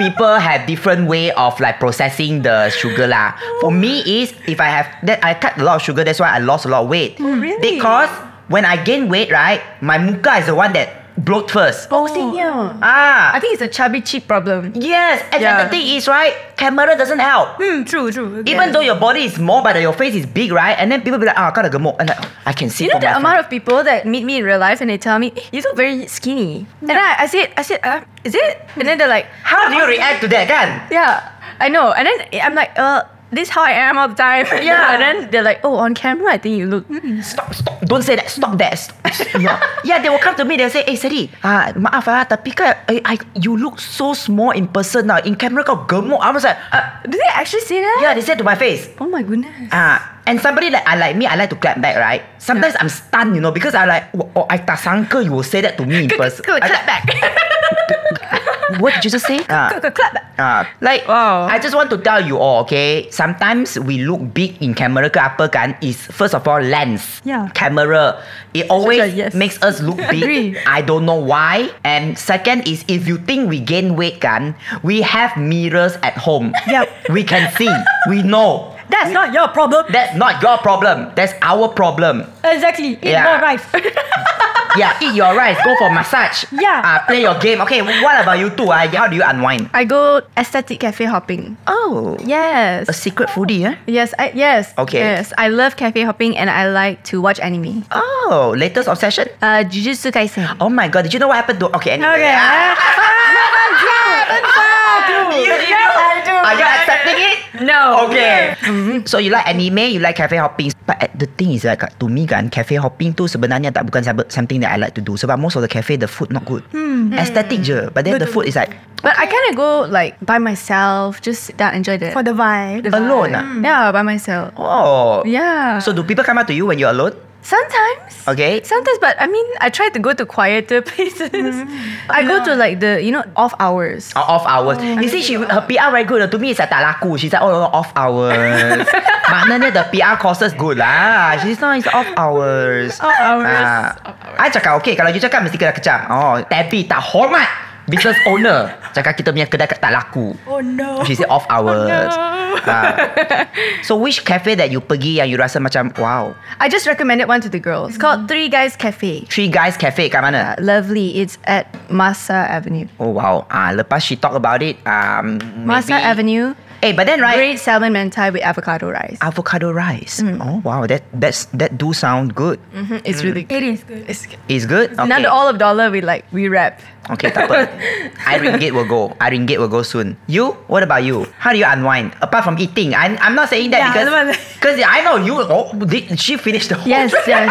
Speaker 2: people have different way of like processing the sugar lah. For me is if I have that I cut a lot of sugar, that's why I lost a lot of weight.
Speaker 5: really?
Speaker 2: Because when I gain weight, right, my muka is the one that bloat first.
Speaker 4: Oh, senior.
Speaker 2: Ah,
Speaker 4: I think it's a chubby cheek problem.
Speaker 2: Yes, and then
Speaker 4: Yeah.
Speaker 2: the thing is, right, camera doesn't help.
Speaker 5: Hmm, true, true.
Speaker 2: Even though your body is small, but your face is big, right? And then people be like, ah, I got a gemuk. And like, I can see
Speaker 4: You know
Speaker 2: from
Speaker 4: the
Speaker 2: my
Speaker 4: amount of people that meet me in real life and they tell me, "Eh, "You look very skinny," and I, I said, "I said, uh, is it?" And then they're like,
Speaker 2: face." How do you react to that, kan?
Speaker 4: "Yeah, I know." And then I'm like, "Uh, this how I am all the time."
Speaker 2: Yeah.
Speaker 4: And then they're like, "Oh, on camera, I think you look."
Speaker 5: Hmm.
Speaker 2: Stop, stop. Don't say that. Stop that. Stop. yeah. yeah, they will come to me. They'll say, eh, Seri, ah, maaf ah, tapi kan, eh, I, you look so small in person now. In camera kau gemuk. I was like, ah,
Speaker 4: Do they actually say that?
Speaker 2: yeah, they said to my face.
Speaker 4: Oh my goodness.
Speaker 2: Ah, and somebody like I like me, I like to clap back, right? Sometimes I'm stunned, you know, because I like, oh, I tak sangka you will say that to me in person.
Speaker 4: Clap
Speaker 2: I-
Speaker 4: back.
Speaker 2: What did you just say? Ah.
Speaker 5: Clap.
Speaker 2: Ah, like
Speaker 4: Wow.
Speaker 2: I just want to tell you all, okay? Sometimes we look big in camera ke apa kan is first of all lens.
Speaker 5: Yeah.
Speaker 2: Camera. It always
Speaker 4: yes.
Speaker 2: makes us look big.
Speaker 4: Agree.
Speaker 2: I don't know why. And second is if you think we gain weight kan, we have mirrors at home.
Speaker 5: Yep.
Speaker 2: We can see. We know.
Speaker 5: That's not your problem.
Speaker 2: That's not your problem. That's our problem.
Speaker 5: Exactly. Eat
Speaker 2: Yeah.
Speaker 5: more rice.
Speaker 2: Yeah, eat your rice, go for massage.
Speaker 5: Yeah.
Speaker 2: Ah, play your game. Okay, what about you two? Ah, how do you unwind?
Speaker 4: I go aesthetic cafe hopping.
Speaker 2: Oh.
Speaker 4: Yes.
Speaker 2: A secret foodie, eh?
Speaker 4: Yes, I, yes.
Speaker 2: Okay.
Speaker 4: Yes, I love cafe hopping and I like to watch anime.
Speaker 2: Oh, latest obsession?
Speaker 4: Uh, Jujutsu Kaisen.
Speaker 2: Oh my god, did you know what happened to okay anyway.
Speaker 5: okay.
Speaker 2: You, you, Are you accepting it?
Speaker 4: No.
Speaker 2: Okay. Mm-hmm. So you like anime, you like cafe hopping. But uh, the thing is like to me kan, cafe hopping tu sebenarnya tak bukan sab- something that I like to do. Sebab most of the cafe the food not good. Aesthetic je. But then the food is like
Speaker 4: But I kind of go like by myself, just sit down, enjoy that.
Speaker 5: For the vibe.
Speaker 4: vibe.
Speaker 2: Alone ah?
Speaker 4: Mm. Yeah, by myself.
Speaker 2: oh.
Speaker 4: Yeah.
Speaker 2: So do people come up to you when you're alone?
Speaker 4: sometimes.
Speaker 2: Okay.
Speaker 4: Sometimes, but I mean, I try to go to quieter places.
Speaker 2: Mm-hmm.
Speaker 4: I go to like the you know off hours.
Speaker 2: Or Oh, off hours. you see, she her PR very good. To me, it's like tak laku. She's like, oh, no, off hours. Maknanya the PR courses good lah. She's not, it's off hours. Off
Speaker 4: hours.
Speaker 2: I cakap, okay, kalau you cakap, mesti kena kecam. Oh, tapi tak hormat. Business owner cakap kita punya kedai tak laku.
Speaker 5: Oh no.
Speaker 2: She said off hours. Ah. So which cafe that you pergi yang you rasa macam wow,
Speaker 4: I just recommended one to the girls. It's
Speaker 2: Mm-hmm.
Speaker 4: called Three Guys Cafe.
Speaker 2: Three Guys Cafe kat mana?
Speaker 4: Lovely. It's at Masa Avenue.
Speaker 2: Oh wow. Ah lepas she talk about it, um
Speaker 4: Masa
Speaker 2: maybe-
Speaker 4: Avenue.
Speaker 2: Eh, but then right, Ah.
Speaker 4: Great salmon mentai with avocado rice.
Speaker 2: avocado rice. Oh wow, that that's that do sound good.
Speaker 4: Mhm, It's really
Speaker 5: It is good.
Speaker 4: It's good.
Speaker 2: Mm. It's good. Okay.
Speaker 4: Another olive dollar we like we wrap.
Speaker 2: Okay, tak apa. Irene Gate will go. Irene Gate will go soon. You? What about you? How do you unwind apart from eating? I'm, I'm not saying that
Speaker 5: Yeah,
Speaker 2: because
Speaker 5: otherwise-
Speaker 2: because I know you. Oh, did she finish the whole?
Speaker 4: Yes, yes.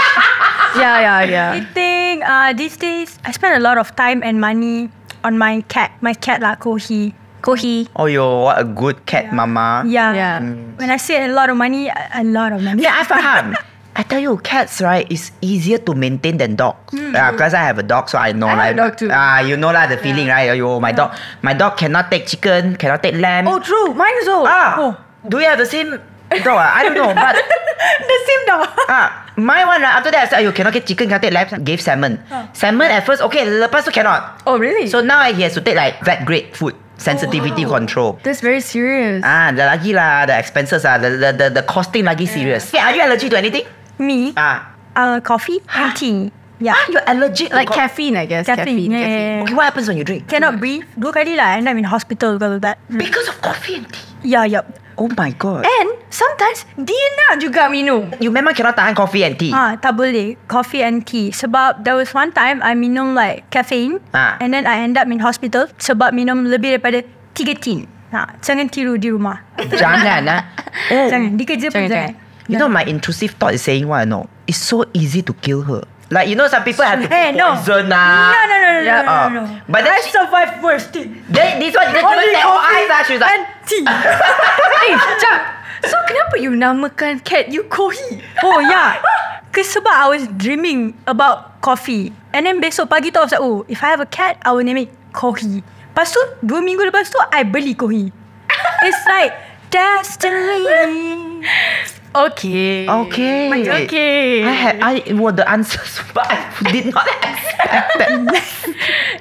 Speaker 4: yeah, yeah, yeah.
Speaker 5: Eating, uh, these days, I spend a lot of time and money on my cat. My cat lah, Kohi. Kohi.
Speaker 2: Oh, yo, what a good cat, mama.
Speaker 5: Yeah.
Speaker 4: Yeah.
Speaker 5: When I say a lot of money, a a lot of money.
Speaker 2: Yeah, I faham. I tell you, cats right is easier to maintain than dog. because I have a dog, so I know.
Speaker 4: I have
Speaker 2: like,
Speaker 4: a dog too.
Speaker 2: Ah, you know lah the feeling, right? Yo, my dog, my dog cannot take chicken, cannot take lamb.
Speaker 5: Oh, true. Mine also.
Speaker 2: ah,
Speaker 5: Oh.
Speaker 2: do we have the same dog? ah? I don't know, but
Speaker 5: the same dog.
Speaker 2: Ah, my one right, after that I said, you cannot get chicken, cannot take lamb, gave salmon. Salmon at first, okay, lepas tu cannot.
Speaker 4: Oh, really?
Speaker 2: So now he has to take like vet grade food, sensitivity control.
Speaker 4: that's very serious.
Speaker 2: Ah, the lagi lah, the expenses ah, the, the, the, the costing lagi serious. Yeah, are you allergic to anything?
Speaker 5: Me,
Speaker 2: Ah,
Speaker 5: uh, coffee and tea. Yeah.
Speaker 2: ah you're allergic to
Speaker 4: like
Speaker 2: co-
Speaker 4: caffeine, I guess. Caffeine.
Speaker 5: Caffeine. Yeah, yeah, yeah.
Speaker 2: Okay, what happens when you drink?
Speaker 5: Cannot breathe. Dua kali lah. And I'm in hospital because of that.
Speaker 2: Because of coffee and tea.
Speaker 5: Yeah, yeah.
Speaker 2: Oh my god.
Speaker 5: And sometimes dia nak juga minum.
Speaker 2: You memang cannot tahan coffee and tea.
Speaker 5: Ah, tak boleh. Coffee and tea. Sebab there was one time I minum like caffeine
Speaker 2: Ah.
Speaker 5: and then I end up in hospital sebab minum lebih daripada tiga tin. Ha, jangan tiru di rumah.
Speaker 2: Jangan ah.
Speaker 5: Oh. Jangan. Di kerja pun
Speaker 4: Jangan,
Speaker 5: jangan.
Speaker 2: You know, my intrusive thought is saying what I know. It's so easy to kill her. Like, you know, some people have to put
Speaker 5: Hey, Eh, no.
Speaker 2: poison
Speaker 5: No,
Speaker 2: ah.
Speaker 5: no, no, no,
Speaker 2: Yeah,
Speaker 5: no,
Speaker 2: uh,
Speaker 5: no, no.
Speaker 2: but then
Speaker 5: I
Speaker 2: she-
Speaker 5: survived first thing.
Speaker 2: Then this one, then
Speaker 5: Only
Speaker 2: she was like, oh, eyes ah. She was
Speaker 5: and
Speaker 2: like,
Speaker 5: tea.
Speaker 4: Eh, jap. So kenapa you namakan cat you Kohi?
Speaker 5: oh, yeah. Cause sebab I was dreaming about coffee. And then besok pagi tu I was like, oh, if I have a cat, I will name it Kohi. Lepas tu, dua minggu lepas tu, I beli Kohi. It's like, destiny.
Speaker 4: Okay.
Speaker 2: okay.
Speaker 4: Okay.
Speaker 2: I had, I were the answers, but I did not expect that.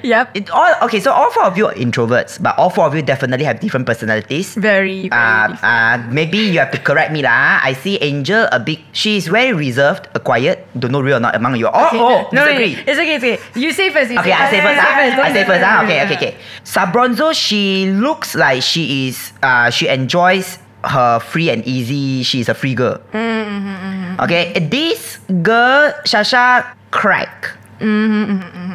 Speaker 4: Yep.
Speaker 2: It all, okay, so all four of you are introverts, but all four of you definitely have different personalities.
Speaker 4: Very. very
Speaker 2: Uh,
Speaker 4: different.
Speaker 2: uh, maybe you have to correct me lah. ah. I see Angel a bit. She is very reserved, uh, quiet. Don't know real or not among you. all. Oh, oh,
Speaker 4: no, no,
Speaker 2: disagree.
Speaker 4: It's okay. It's okay. You say first. You
Speaker 2: Okay, I say first.
Speaker 4: you
Speaker 2: ah. I say first. ah. Okay,
Speaker 4: Yeah.
Speaker 2: okay, okay. Sabronzo, she looks like she is. Uh, she enjoys her free and easy. She's a free girl. Okay, this girl, Shasha, crack.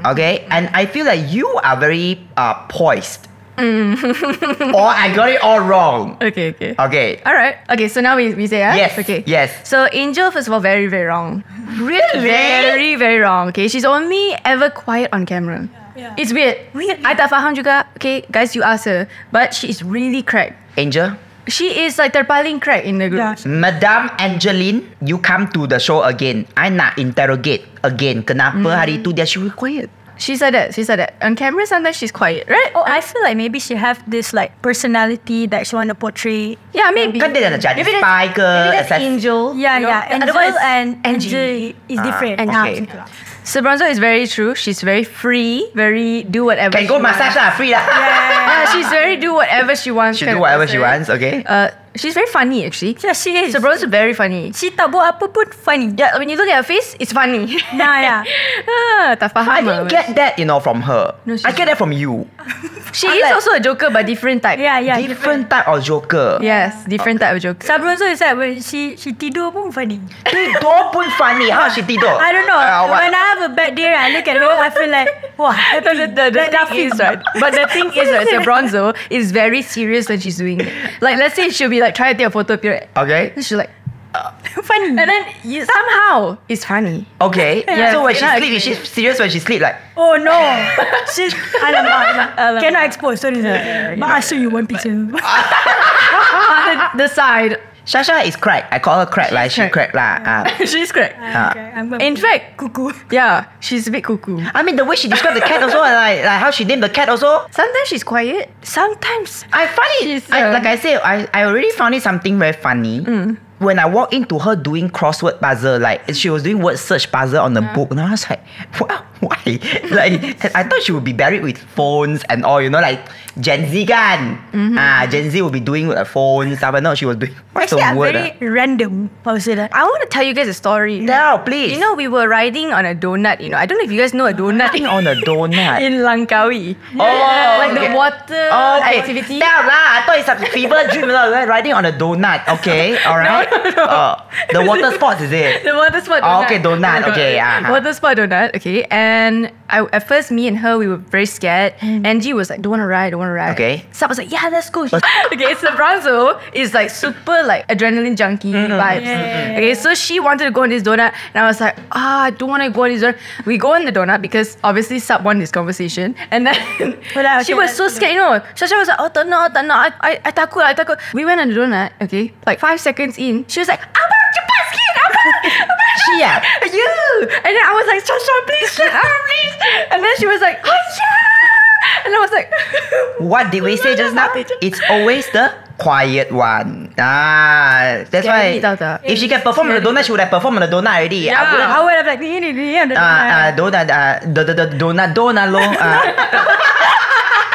Speaker 2: Okay, and I feel like you are very uh, poised. or I got it all wrong.
Speaker 4: Okay. Okay.
Speaker 2: Okay,
Speaker 4: All right. Okay. So now we, we say ah.
Speaker 2: Yes,
Speaker 4: Okay.
Speaker 2: yes.
Speaker 4: So Angel first of all very very wrong.
Speaker 2: really?
Speaker 4: Very very wrong. Okay. She's only ever quiet on camera.
Speaker 5: Yeah.
Speaker 4: It's weird.
Speaker 5: Weird,
Speaker 4: I tak faham juga. Okay, guys, you ask her, but she is really crack.
Speaker 2: Angel,
Speaker 4: She is like terpaling crack in the group.
Speaker 5: Yeah.
Speaker 2: Madam Angeline, you come to the show again. I nak interrogate again. Kenapa hari itu dia she required?
Speaker 4: She said that. She said that. On camera, sometimes she's quiet, right?
Speaker 5: Oh, I feel like maybe she have this like personality that she want to portray.
Speaker 4: Yeah, maybe.
Speaker 2: Kan dia dah jadi
Speaker 4: Maybe that's-
Speaker 2: spy ke,
Speaker 4: Maybe that's
Speaker 2: assassin.
Speaker 4: Angel. Oh,
Speaker 5: Yeah,
Speaker 4: you know?
Speaker 5: yeah.
Speaker 4: The
Speaker 5: And
Speaker 4: other one
Speaker 5: Jill
Speaker 4: is
Speaker 5: and
Speaker 4: Angie.
Speaker 5: Angie is different.
Speaker 4: and
Speaker 5: Ah,
Speaker 2: okay.
Speaker 5: macam tu lah.
Speaker 4: Sebronzo is very true. She's very free, very do whatever.
Speaker 2: Can
Speaker 4: she
Speaker 2: go massage
Speaker 4: wants.
Speaker 2: lah, free lah.
Speaker 4: Yeah, she's very do whatever she wants.
Speaker 2: She
Speaker 4: kind
Speaker 2: do
Speaker 4: of
Speaker 2: whatever she wants,
Speaker 4: person.
Speaker 2: okay?
Speaker 4: Uh, she's very funny actually.
Speaker 5: Yeah, she is.
Speaker 4: Sebronzo is very funny.
Speaker 5: She tak buat apa pun funny.
Speaker 4: Yeah, when you look at her face, it's funny.
Speaker 5: Nah, yeah.
Speaker 4: ah, tak faham
Speaker 2: I
Speaker 4: lah.
Speaker 2: didn't get that, you know, from her.
Speaker 4: No, she's
Speaker 2: I get that from you.
Speaker 4: She is also a joker, but different type.
Speaker 5: Yeah, yeah.
Speaker 2: different, type of joker.
Speaker 4: Yes, different type of joker.
Speaker 5: Sabrun so is like when she she tidur pun funny.
Speaker 2: Tidur pun funny. How she tidur?
Speaker 5: I don't know.
Speaker 2: Uh, what?
Speaker 5: when I have a bad day, I look at her, I feel like, wah, happy.
Speaker 4: the, the, the
Speaker 5: Like
Speaker 4: thing
Speaker 5: laughing.
Speaker 4: is right. But the thing is right, Sebronzo is very serious when she's doing it. Like let's say she'll be like trying to take a photo period.
Speaker 2: Okay.
Speaker 4: Then she's like "Mm."
Speaker 5: funny.
Speaker 4: and then you, somehow it's funny.
Speaker 2: Okay.
Speaker 4: Yes,
Speaker 2: so when she
Speaker 4: you know,
Speaker 2: sleep, is she serious when she sleep? Like,
Speaker 5: Oh no. She's alamak. alamak. Cannot expose. Sorry. But I show you one picture.
Speaker 4: On the, the side.
Speaker 2: Shasha is crack. I call her crack. like, she crack
Speaker 4: crack.
Speaker 2: lah. Ah.
Speaker 4: she's correct.
Speaker 2: Ah.
Speaker 5: Okay, I'm gonna-
Speaker 4: In fact, cuckoo. Yeah, she's a bit cuckoo.
Speaker 2: Uh. I mean, the way she described the cat also, like, like how she named the cat also.
Speaker 4: Sometimes she's quiet.
Speaker 5: sometimes
Speaker 2: I find it,
Speaker 4: She's,
Speaker 2: I,
Speaker 4: um, Mm.
Speaker 2: like I said, I, I already found it something very funny. when I walked into her doing crossword puzzle, like she was doing word search puzzle on the book, and I was like, "Wha- why? like I thought she would be buried with phones and all, you know, like Gen Z kan?
Speaker 4: Mm-hmm.
Speaker 2: Ah, Gen Z will be doing with uh, phones, but no, she was doing
Speaker 5: Actually,
Speaker 2: some
Speaker 5: I'm
Speaker 2: word.
Speaker 5: very random. I would say that.
Speaker 4: I want to tell you guys a story.
Speaker 2: No, please.
Speaker 4: You know, we were riding on a donut. You know, I don't know if you guys know a donut
Speaker 2: Riding on a donut.
Speaker 4: in Langkawi.
Speaker 2: Oh,
Speaker 4: like
Speaker 2: okay.
Speaker 4: the water
Speaker 2: Oh, okay.
Speaker 4: activity.
Speaker 2: Tell lah. I thought it's a fever dream. lah, like Riding on a donut. Okay, all right. Uh, the water sports is it?
Speaker 4: The water sport donut.
Speaker 2: Oh, okay, donut. Okay, uh-huh.
Speaker 4: Water sport donut. Okay, and I, at first, me and her, we were very scared.
Speaker 5: Mm.
Speaker 4: Angie was like, "Don't want to ride, don't want to ride."
Speaker 2: Okay.
Speaker 4: So I was like, "Yeah, let's go." okay, so Bronzo is like super like adrenaline junkie
Speaker 2: Mm-hmm.
Speaker 4: vibes. Okay, so she wanted to go on this donut, and I was like, "Ah, I don't want to go on this donut." We go on the donut because obviously Sub won this conversation, and then
Speaker 5: Well, I-
Speaker 4: she
Speaker 5: okay,
Speaker 4: was so scared. You know, Shasha was like, "Oh, tak nak, tak nak. I, I, I takut, I takut." We went on the donut. Okay, like five seconds in, she was like, "Abang, cepat sikit, abang."
Speaker 2: Chia.
Speaker 4: you and then I was like Shasha please Shasha please and then she was like oh yeah and I was like
Speaker 2: What did we say just now? It's always the quiet one. Ah, that's why.
Speaker 4: Scary tau tak?
Speaker 2: If she can perform on the donut, she would have performed on the donut already. I would have.
Speaker 5: I would have like ni ni ni and then
Speaker 2: Ah, ah,
Speaker 5: I-
Speaker 2: donut, ah, the the the donut, donut long.
Speaker 4: Oh
Speaker 2: Ah.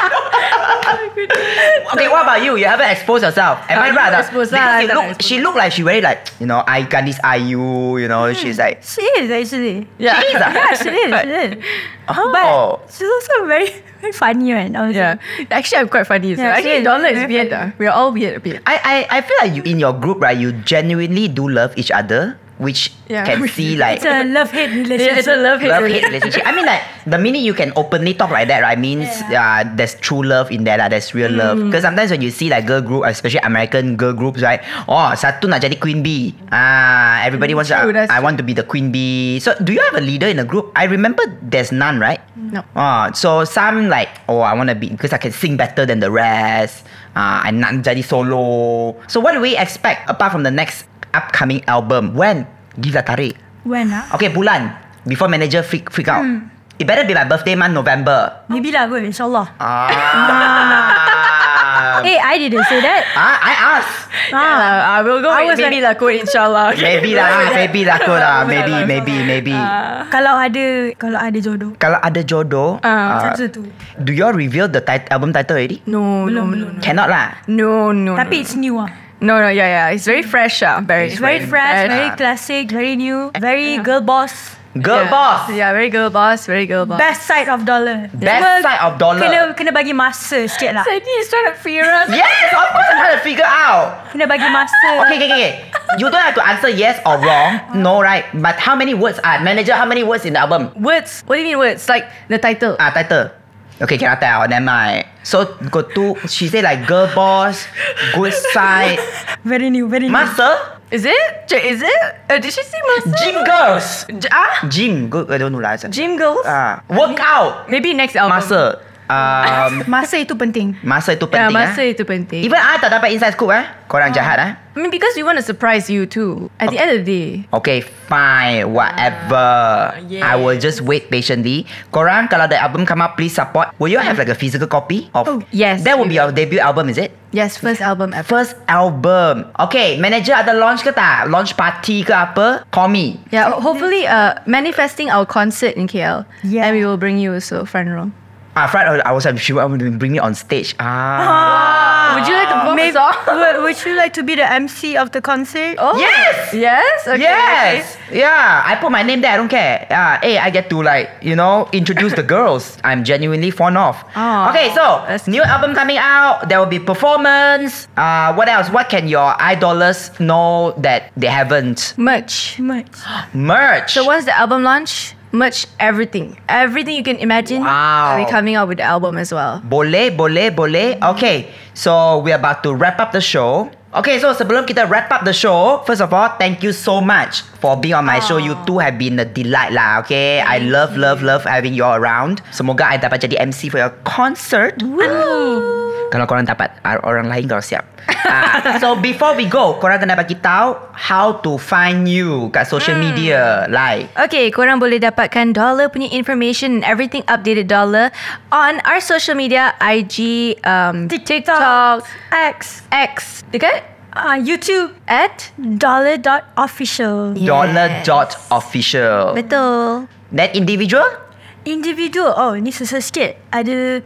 Speaker 2: okay, what about you? You haven't exposed yourself. Am I
Speaker 4: I
Speaker 2: right?
Speaker 4: haven't
Speaker 2: ah?
Speaker 4: exposed,
Speaker 2: Because
Speaker 4: ah, I
Speaker 2: you
Speaker 4: haven't
Speaker 2: look,
Speaker 4: exposed. Hmm.
Speaker 2: she looked like she very like you know I got this IU. You know she's like
Speaker 5: She is actually.
Speaker 4: yeah
Speaker 2: She is ah?
Speaker 5: Yeah, she is. She is.
Speaker 2: oh.
Speaker 5: But she's also very very funny, right? I would say.
Speaker 4: yeah actually I'm quite funny so
Speaker 5: Yeah, she
Speaker 4: actually
Speaker 5: is
Speaker 4: Donald is
Speaker 5: very
Speaker 4: weird ah. we're all weird a bit
Speaker 2: I, I I feel like you in your group right, you genuinely do love each other, which
Speaker 4: Yeah.
Speaker 2: can see like
Speaker 5: It's a love hate relationship.
Speaker 4: yeah, it's a love hate
Speaker 2: love hate relationship. I mean, like the minute you can openly talk like that, right, means uh, there's true love in there, lah. There's real
Speaker 4: Mm.
Speaker 2: love. Because sometimes when you see like girl group, especially American girl groups, right? Oh, satu nak jadi queen bee. Ah, everybody wants.
Speaker 4: Mm, True,
Speaker 2: to,
Speaker 4: that's
Speaker 2: I want to be the queen bee. So, do you have a leader in a group? I remember there's none, right?
Speaker 4: No.
Speaker 2: Ah, so some like oh I want to be because I can sing better than the rest. Ah, I nak jadi solo. So what do we expect apart from the next upcoming album? When? Give that tarik.
Speaker 5: When ah?
Speaker 2: Okay, bulan before manager freak freak out. It better be my birthday month, November.
Speaker 5: Maybe lah kot, insyaAllah.
Speaker 2: Ah,
Speaker 5: Eh, I didn't say that.
Speaker 2: ah I asked.
Speaker 5: Ah.
Speaker 4: I will go
Speaker 5: I
Speaker 4: with
Speaker 5: was
Speaker 4: maybe lah kot inshallah okay.
Speaker 2: Maybe lah, maybe lah, kot lah. Maybe, maybe, maybe.
Speaker 5: Kalau ada, kalau ada jodoh.
Speaker 2: Kalau ada jodoh, ah, Hmm.
Speaker 5: Satu tu.
Speaker 2: do you all reveal the tit- album title already?
Speaker 4: no no no no
Speaker 2: Cannot lah.
Speaker 4: no no
Speaker 5: Tapi it's new ah.
Speaker 4: no no yeah yeah it's very fresh ah very uh,
Speaker 5: It's very fresh, very classic, very new, very girl boss.
Speaker 2: Girl
Speaker 4: Yeah.
Speaker 2: boss.
Speaker 4: yeah very girl boss very girl boss
Speaker 5: Best side of dollar.
Speaker 2: Best
Speaker 5: Cuma
Speaker 2: side of dollar.
Speaker 5: Kena kena bagi masa sikit lah.
Speaker 4: Sadie is trying to fear us
Speaker 2: Yes, of course I'm trying to figure out.
Speaker 5: Kena bagi masa.
Speaker 2: Okay, okay, okay, okay. You don't have to answer yes or wrong. No, right? But how many words are manager? How many words in the album?
Speaker 4: words what do you mean words like the title
Speaker 2: Ah, title. Okay, cannot tell. Never mind. So got two. She said like girl boss, good side,
Speaker 5: Very new, very new.
Speaker 2: master,
Speaker 4: is it J- is it uh, did she say master
Speaker 2: gym girls,
Speaker 4: J- ah
Speaker 2: gym. Good. I don't know lah.
Speaker 4: gym girls
Speaker 2: Ah, workout,
Speaker 4: Maybe next album.
Speaker 2: master. Um,
Speaker 5: Masa itu penting.
Speaker 2: masa itu
Speaker 4: Yeah,
Speaker 2: penting.
Speaker 4: masa
Speaker 2: ah.
Speaker 4: Ya, itu penting.
Speaker 2: Even I tak dapat inside scoop eh. Korang jahat eh.
Speaker 4: I mean, because we want to surprise you too.
Speaker 2: Oh.
Speaker 4: At the end of the day.
Speaker 2: Okay, fine, whatever. I
Speaker 4: Ah,
Speaker 2: will just wait patiently. Korang, kalau the album come out, please support. Will you all have like a physical copy of?
Speaker 4: Hmm. Oh, yes,
Speaker 2: That will be
Speaker 4: we
Speaker 2: your debut album, is it?
Speaker 4: Yes, first album ever.
Speaker 2: First album. Okay, manager ada launch ke tak? Launch party ke apa? Call me.
Speaker 4: Yeah, ho- hopefully uh, manifesting our concert in KL.
Speaker 5: Yeah.
Speaker 4: And we will bring you also front row.
Speaker 2: Ah, Fred, I was like, she want to bring me on stage. Ah.
Speaker 4: Would you like to perform a song?
Speaker 5: would, would you like to be the MC of the concert?
Speaker 4: Oh.
Speaker 2: Yes!
Speaker 4: Yes? Okay.
Speaker 2: yes. Yeah, I put my name there. I don't care. Ah, hey, I get to like you know introduce the girls. I'm genuinely fond of.
Speaker 4: Aw,
Speaker 2: okay, so
Speaker 4: that's
Speaker 2: new album coming out. There will be performance. Uh, what else? What can your idolers know that they haven't?
Speaker 4: Okay. Merch.
Speaker 5: Too much.
Speaker 2: Merch.
Speaker 4: So once the album launch, merch everything. Everything you can imagine.
Speaker 2: Wow.
Speaker 4: We're coming out with the album as well.
Speaker 2: Boleh, boleh, boleh. Okay, so we're about to wrap up the show. Okay, so sebelum kita wrap up the show, first of all, thank you so much for being on my show. You two have been a delight lah, okay? I love, love, love having you all around. Semoga I dapat jadi MC for your concert. Kalau korang dapat, ar- orang lain korang siap. Ah, so before we go, korang kena bagi tahu how to find you kat social media. Like,
Speaker 4: Okay, korang boleh dapatkan Dollar punya information and everything updated Dollar on our social media, IG, um, TikTok,
Speaker 5: X.
Speaker 4: X, dekat
Speaker 5: uh, YouTube at dollar dot official.
Speaker 2: Dollar dot official.
Speaker 4: Betul.
Speaker 2: Then individual?
Speaker 5: Individual. Oh, ni susah sikit. Ada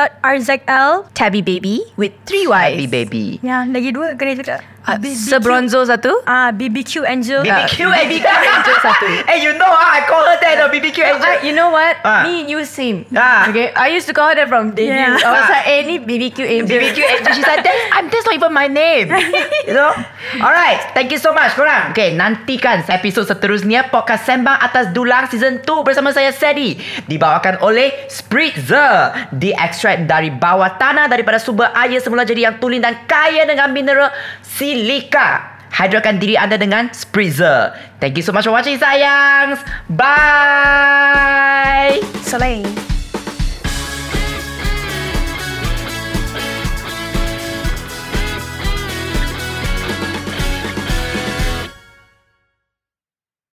Speaker 5: sasa.rzl.
Speaker 4: Tabby baby with three
Speaker 2: Happy
Speaker 4: Y's.
Speaker 2: baby.
Speaker 5: Yang lagi dua kena cakap.
Speaker 4: Uh,
Speaker 5: BBQ.
Speaker 4: Sebronzo satu.
Speaker 5: Ah, BBQ Angel.
Speaker 2: BBQ BBQ angel satu. Eh you know ah, I call her that the BBQ angel.
Speaker 4: I, you know what?
Speaker 2: Ah.
Speaker 4: Me and you same.
Speaker 2: Ah.
Speaker 4: Okay. I used to call her that from debut.
Speaker 5: Yeah.
Speaker 4: I was
Speaker 2: Ah.
Speaker 4: like, eh, any BBQ angel.
Speaker 2: BBQ angel. She's like that's, I'm, that's not even my name. you know? Alright. Thank you so much korang. Okay nantikan episod seterusnya podcast Sembang Atas Dulang season 2 bersama saya Sedi. Dibawakan oleh Spritzer. Di ekstrak dari bawah tanah daripada sumber air semula jadi yang tulen dan kaya dengan mineral silika. Hydrakan diri anda dengan Spritzer. Thank you so much for watching sayang. Bye.
Speaker 5: Selain.